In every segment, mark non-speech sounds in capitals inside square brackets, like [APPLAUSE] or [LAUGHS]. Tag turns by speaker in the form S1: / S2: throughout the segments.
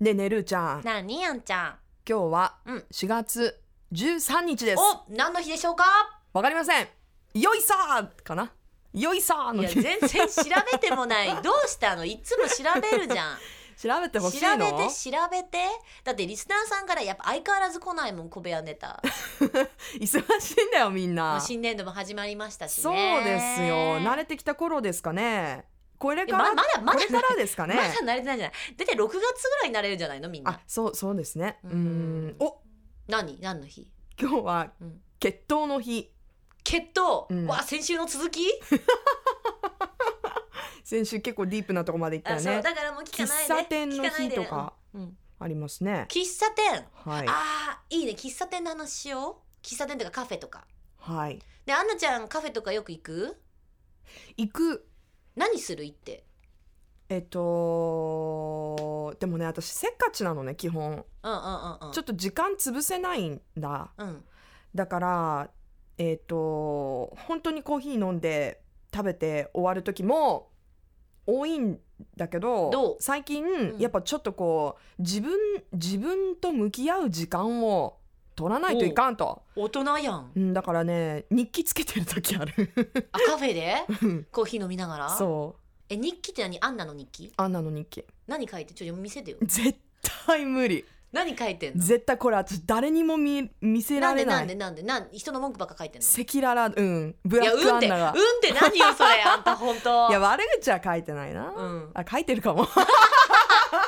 S1: でねるーちゃん今
S2: なあにやんちゃん
S1: 日は
S2: うん
S1: 4月13日です
S2: お何の日でしょ
S1: [LAUGHS]
S2: うか
S1: わかりませんよいさーかなよいさー
S2: い
S1: の
S2: や
S1: 日調
S2: 全然調べてもない
S1: [LAUGHS]
S2: どうしたのいつも調べるじゃん
S1: べて
S2: 調
S1: ほし
S2: べ
S1: てい
S2: 調
S1: の
S2: べてだってリスナーさんからやっぱ相変わらず来ないもん小部屋ネタ
S1: 忙しいんだよみん
S2: もう
S1: な
S2: 新年度も始まりましたしね
S1: そうですよ慣れてきた頃ですかねこれから、
S2: えままだまだ
S1: これからですかね
S2: まだ慣れてないじゃないだって6月ぐらいになれるんじゃないのみん
S1: あ
S2: な
S1: そうそうですねう
S2: うん
S1: ーんお
S2: 何何の日
S1: 今日は
S2: うん
S1: 血糖の日
S2: 決闘、
S1: うん
S2: わあ先週の続き、
S1: 先週結構ディープなとこまで行った
S2: あ
S1: よ
S2: そう
S1: ね
S2: だからもう聞かない
S1: 喫
S2: で
S1: 茶店の
S2: 聞かな
S1: 日
S2: いで
S1: とか
S2: うんうん
S1: ありますね
S2: 喫茶店
S1: はい
S2: あーいいね喫茶店の話しよう喫茶店とかカフェとか
S1: はい
S2: でアンナちゃんカフェとかよく行く
S1: 行く
S2: 何する行って
S1: えっとでもね私せっかちなのね基本
S2: うんうんうんうん
S1: ちょっと時間潰せないんだ
S2: うん
S1: だからえっと本当にコーヒー飲んで食べて終わる時も多いんだけど
S2: どう
S1: 最近、
S2: ん
S1: やっぱちょっとこう自分自分と向き合う時間を取らないといかんと、
S2: 大人やん
S1: うん、だからね日記つけてる時ある
S2: [LAUGHS] あカフェで
S1: うん
S2: コーヒー飲みながら
S1: そう
S2: え日記って何アンナの日記
S1: アンナの日記
S2: 何書いてちょっと見せてよ
S1: 絶対無理
S2: 何書いてんの
S1: 絶対これ私誰にも見見せ
S2: な
S1: ら
S2: ん
S1: れ
S2: で
S1: な
S2: ないんでなんでなん人の文句ばっか書いてんの
S1: 赤裸々うんブ
S2: い
S1: ラ
S2: や
S1: ック
S2: うん
S1: ア
S2: っ
S1: ン
S2: て
S1: ナ
S2: うんっ
S1: が
S2: て何よそれあんた本当
S1: い [LAUGHS] や悪口は書いてないな、
S2: うん
S1: あ書いてるかも [LAUGHS]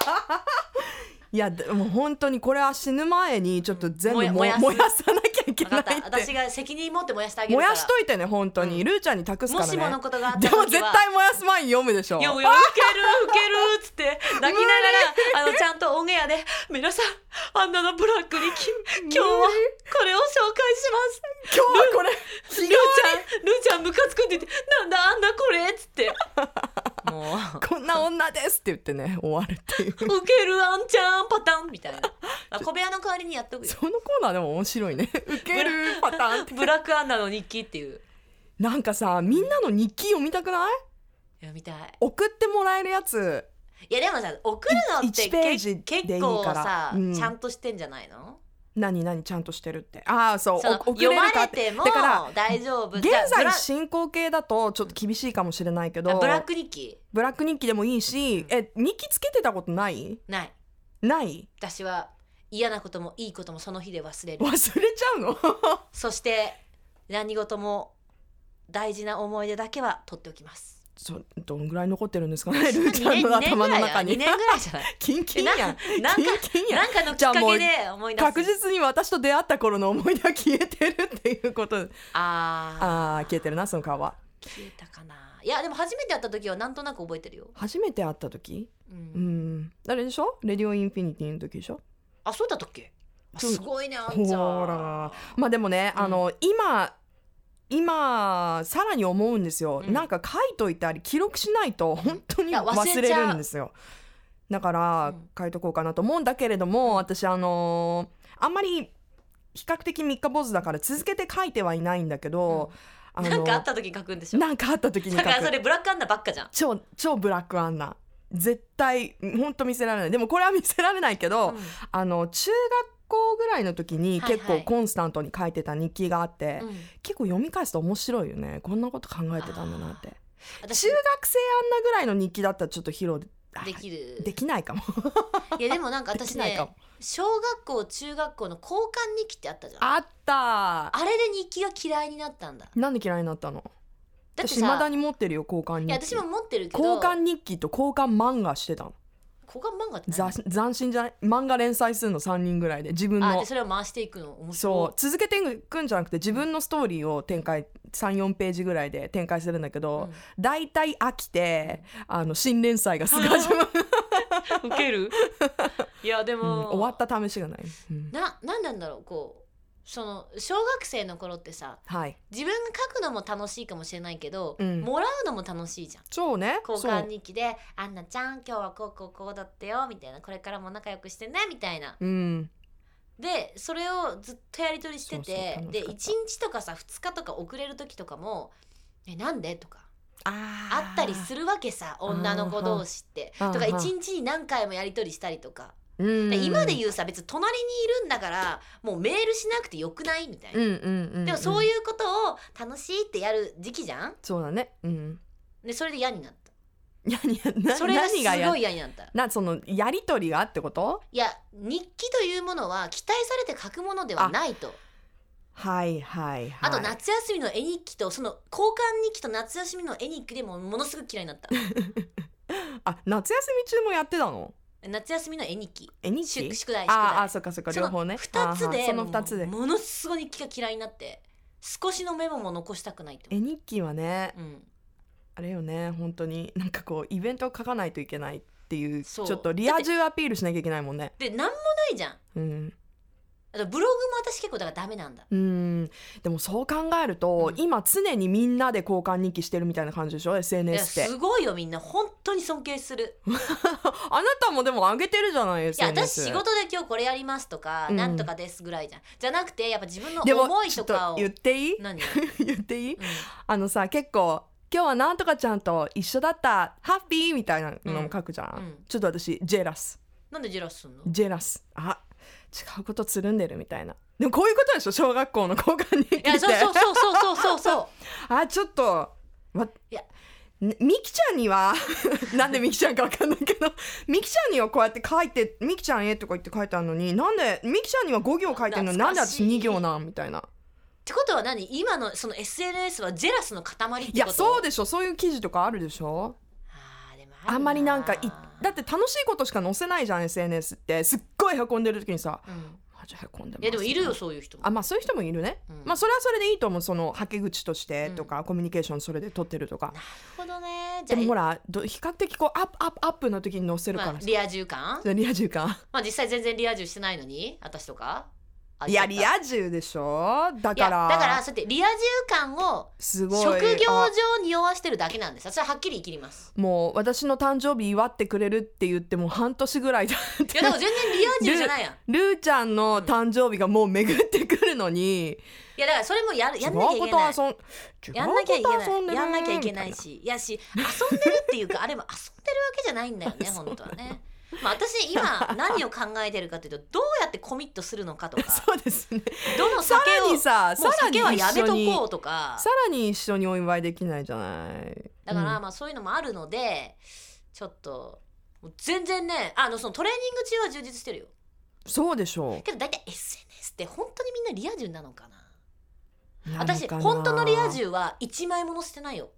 S1: いやでも本当にこれは死ぬ前にちょっと全部
S2: もや
S1: も燃や
S2: 燃や
S1: さなきゃいけ
S2: 分か
S1: ない
S2: った
S1: っ
S2: 私
S1: て
S2: が責任持って燃やしてあげる
S1: 燃
S2: から
S1: やしといてね本当に、
S2: うん
S1: ルーちゃんに託すか
S2: も
S1: らね
S2: しものことがあった
S1: で
S2: 時は
S1: も絶対燃やす前に読むでしょ
S2: いや、もういや、ウケる、ウケるっつって、泣きながら、あの、ちゃんとオンエアで、皆さん、あんなのブラックにき、今日は、これを紹介します。
S1: 今日はこれ
S2: [LAUGHS] ルーちゃん、ルーちゃん、ムカつくって言って、なんだ、あんなこれっつって。も
S1: こんな女ですって言ってね終わるって
S2: [LAUGHS]
S1: いう
S2: う、ウケる、あんちゃん、パターンみたいな。
S1: [LAUGHS]
S2: あ小部屋の代わりにやっとくよ。
S1: そのコーナーでも面白いねウケるパターンって
S2: ブラックアンナの日記っていう。
S1: なんかさみんなの日記読みたくない
S2: 読みたい。
S1: 送ってもらえるやつ
S2: いや、でもさ、送るのって
S1: い1ページ
S2: け、
S1: でいいから
S2: 結構さ、
S1: うん
S2: ちゃんとしてんじゃないの
S1: 何何ちゃんとしてるってああそう
S2: その
S1: お送
S2: 読
S1: れ
S2: ま
S1: るか
S2: れ
S1: って
S2: ても
S1: だから
S2: 大丈夫。
S1: 現
S2: じゃあブラ
S1: 在進行形だとちょっと厳しいかもしれないけど
S2: あブラック日記
S1: ブラック日記でもいいし、
S2: うん
S1: え日記つけてたことない
S2: ない
S1: ない
S2: 私は嫌なこともいいこともその日で忘れる
S1: 忘れちゃう
S2: [LAUGHS]
S1: の
S2: そして何事も大事な思い出だけは取ってお
S1: [LAUGHS]
S2: きます
S1: そうどんぐらい残ってるんですかねルーちゃんの
S2: 二年
S1: 頭の中
S2: 二
S1: に
S2: 年ぐらいじゃない
S1: [LAUGHS] キンキンやん
S2: えななんか
S1: キンキンやん
S2: なんかのきっかけで思い出す
S1: 確実に私と出会った頃の思い出は消えてるっていうこと
S2: あ
S1: ああ消えてるなその顔は
S2: ー消えたかないやでも初めて会った時はなんとなく覚えてるよ、
S1: 初めて会った時
S2: う
S1: う
S2: ん
S1: んあれでしょレディオインフィニティの時でしょ
S2: あそうだったっけあ
S1: そう
S2: すごいねあんちゃん
S1: ほらまあでもね、
S2: うん
S1: あの今今さらに思うんですよ、
S2: うん
S1: なんか書いといてあり記録しないと本当
S2: い
S1: に
S2: や忘れ
S1: 忘
S2: ち
S1: れ
S2: ゃう
S1: るんですよだから
S2: うん
S1: 書いとこうかなと思うんだけれども、私あのあんまり比較的三日坊主だから続けて書いてはいないんだけど、あの
S2: なんかあった時に書くんでしょ
S1: なんかあった時に書
S2: だからそ
S1: く
S2: れブラックアンナばっかじゃん
S1: 超超ブラックアンナ絶対本当見せられないでもこれは見せられないけど、
S2: う
S1: あの中学校ぐらいの時に
S2: はいはい
S1: 結構コンスタントに書いてた日記があって、
S2: んうん
S1: 結構読み返すと面白いよねこんなこと考えてたんだなって
S2: 私
S1: 中学生あんなぐらいの日記だったらちょっと披露あ
S2: できる
S1: できないかも
S2: いやでもなんか
S1: で
S2: 私
S1: きない
S2: ね
S1: かも
S2: 小学校中学校の交換日記ってあったじゃんあ
S1: あった
S2: れで日記が嫌いになったんだ
S1: なんで嫌いになったの
S2: だって
S1: 私未だ
S2: さ
S1: に持ってるよ交換日
S2: い
S1: 記
S2: や私も持ってるけど
S1: 交換日記と交換漫画してたの
S2: 交換漫画って
S1: ざ
S2: 何
S1: 斬新じゃない漫画連載するの3人ぐらいで自分
S2: あ
S1: の
S2: でそれを回していくの面
S1: そう
S2: 白
S1: 続けていくんじゃなくて自分のストーリーを展開34ページぐらいで展開するんだけど、
S2: うん
S1: 大体飽きてあの新連載がすぐ始まる、
S2: い [LAUGHS] ウケるいや
S1: [LAUGHS]
S2: で
S1: うん
S2: も、
S1: 終わった試しがない、うん
S2: な何なんだろうこうその小学生の頃ってさ
S1: はい
S2: 自分が書くのも楽しいかもしれないけど、
S1: うん
S2: もらうのも楽しいじゃん
S1: そうね
S2: 交
S1: そ
S2: 換
S1: う
S2: 日記で「アンナちゃん今日はこうこうこうだったよ」みたいな「これからも仲良くしてね」みたいな
S1: うん
S2: でそれをずっとやり取りしてて
S1: そうそう楽
S2: で
S1: しかった
S2: 1日とかさ2日とか遅れる時とかも「えなんで?」とか
S1: あ
S2: あったりするわけさ女の子同士って
S1: あー
S2: とか
S1: あー
S2: 1日に何回もやり取りしたりとか
S1: うん
S2: で今で言うさ別に隣にいるんだからもうメールしなくてよくないみたいな、
S1: うんうんうん
S2: でもそう
S1: うん
S2: いうことを楽しいってやる時期じゃん
S1: そうだねうん
S2: でそれで嫌になっ
S1: いやい [LAUGHS] やな
S2: たそれがす
S1: 何がや
S2: ごい嫌になった
S1: なそのやり取りがってこと
S2: いや日記というものは期待されて書くものではないと
S1: はいはいは
S2: あ
S1: い
S2: と夏休みの絵日記とその交換日記と夏休みの絵日記でもものすごく嫌いになった [LAUGHS]
S1: あ夏休み中もやってたの
S2: 夏休みの絵日記
S1: え日
S2: 宿
S1: 記
S2: 宿題宿
S1: あーあー
S2: 題
S1: そっかそっか
S2: そ
S1: 両
S2: の
S1: 方ね
S2: 2つ
S1: あー
S2: で
S1: その二つで
S2: もうものすごい日記が嫌いになって少しのメモも残したくないと
S1: 絵日記はね
S2: うん
S1: あれよね本当になんかこうイベントを書かないといけないっていうち
S2: そ
S1: ょ
S2: う
S1: っとリア充アピールしなきゃいけないもんね
S2: でなんもないじゃん
S1: うん
S2: あとブログも私結構だからダメなんだ
S1: うんでもそう考えると、
S2: うん
S1: 今常にみんなで交換日記してるみたいな感じでしょ
S2: いや
S1: SNS って
S2: すごいよみんな本当に尊敬する
S1: あなたもでも上げてるじゃない
S2: いや
S1: SNS
S2: 私仕事で今日これやりますとか、
S1: うん
S2: なんとかですぐらいじゃんじゃなくてやっぱ自分の
S1: でも
S2: 思い
S1: ちょ
S2: と
S1: っと
S2: かを
S1: 言っていい
S2: 何、う
S1: [LAUGHS]
S2: ん
S1: 言っていいあのさ結構今日はなんとかちゃんと一緒だったハッピーみたいなのも書くじゃん、
S2: うん
S1: ちょっと私ジェラス
S2: なんでジェラス
S1: [LAUGHS]
S2: すんの
S1: ジェラスあ違うことつるんでるみたいなでもこういうことでしょ小学校の交換日記っ
S2: い
S1: て
S2: やそうそうそうそうそうそうそう
S1: [LAUGHS] あちょっと、ま、
S2: いや
S1: ねみきちゃんには [LAUGHS] なんでみきちゃんかわかんないけどみきちゃんにはこうやって書いて「みきちゃんへ」とか言って書いてあるのになんでみきちゃんには5行書いてるのになんで
S2: 懐かし
S1: 私
S2: い
S1: 2行なんみたいな
S2: ってことは何今のその SNS はジェラスの塊ってこと
S1: いやそう
S2: で
S1: でしょそういう記事とかあるでしょ
S2: あーでもる
S1: あんまりなんかいだ
S2: っ、
S1: ってて楽しいことしか載せないじゃん SNS ってすっごいへこんでる時にさ
S2: うん
S1: 「マジへこんでます」
S2: いやでもいるよそういう人も
S1: あまあそういう人もいるね、
S2: うん
S1: まあそれはそれでいいと思うそのはけ口としてとか、コミュニケーションそれで取ってるとか
S2: なるほどね
S1: で
S2: じゃあ
S1: もほらど比較的こうアップアップアップの時に載せるから
S2: まあ
S1: さ、
S2: リア充感
S1: リア充か
S2: まあ実際全然リア充してないのに私とかあ
S1: いや
S2: 違
S1: リ
S2: った
S1: ア充でしょだか
S2: いや
S1: ら
S2: だからそうやってリア充感を
S1: すごい
S2: 職業
S1: あ
S2: 上にわしてるだけなんですそれはっきり言い切ります
S1: もう私の誕生日祝ってくれるって言ってもう半年ぐらいだ [LAUGHS] っ
S2: い
S1: て
S2: やでも全然リア充じゃないやん
S1: ルーちゃんの誕生日がもう巡ってくるのに、
S2: いやだからそれもやるやんなきゃ
S1: 違う
S2: い
S1: こ
S2: けない
S1: と遊ん違う
S2: やんなきゃいけ
S1: こと遊んで
S2: ない
S1: る
S2: やんなきゃいけないしいやし遊んでるっていうかあれも遊んでるわけじゃないんだよ
S1: [LAUGHS]
S2: ね
S1: そう
S2: 本当はねまあ私今何を考えてるかというとどうやってコミットするのかと
S1: [LAUGHS]
S2: か
S1: そうですね
S2: どの
S1: さ
S2: 酒
S1: ら
S2: を
S1: にさ
S2: もう
S1: さらに
S2: 酒はやめ
S1: 一緒
S2: と
S1: に
S2: こうとか
S1: さらに一緒にお祝いできないじゃない
S2: だから、
S1: うん
S2: まあそういうのもあるのでちょっともう全然ねあのそのトレーニング中は充実してるよ
S1: そうでしょ
S2: けど大体 SNS って本当にみんなリア充なのかな
S1: うな
S2: 私
S1: のかな
S2: 本当のリア充は一枚も載せてないよ、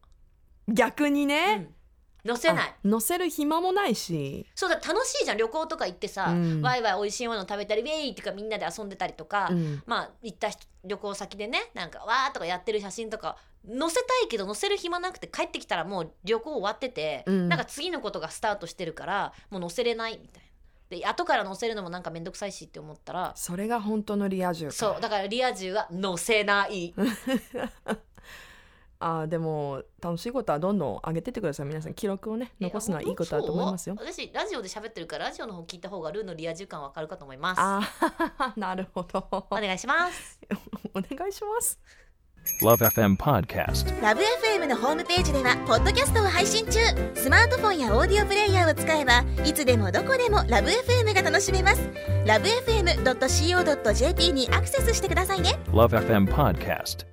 S1: 逆に
S2: う
S1: ね、
S2: ん、載せない
S1: あ載せる暇もないし
S2: そうだ楽しいじゃん旅行とか行ってさ、
S1: うん
S2: ワイワイ美味しいもの食べたりウェイとかみんなで遊んでたりとか、
S1: うん
S2: まあ行った人旅行先でねなんかわーとかやってる写真とか載せたいけど載せる暇なくて帰ってきたらもう旅行終わってて、
S1: うん
S2: なんか次のことがスタートしてるからもう載せれないみたいなで後から載せるのもなんかめんどくさいしって思ったら
S1: それが本当のリア充か
S2: そうだからリア充は載せない
S1: あーでも楽しいことはどんどん上げてってください皆さん記録をね残すのはいいことだと思いますよ
S2: えあそう私ラジオで喋ってるからラジオの方聞いた方がルーのリア充感わかるかと思います
S1: ああ [LAUGHS] なるほどお
S2: お願いします
S1: 願いします
S3: Love FM Podcast.
S4: ラブ f m のホームページではポッドキャストを配信中スマートフォンやオーディオプレイヤーを使えばいつでもどこでもラブ f m が楽しめますラブ FM.co.jp にアクセスしてくださいね
S3: Love FM Podcast.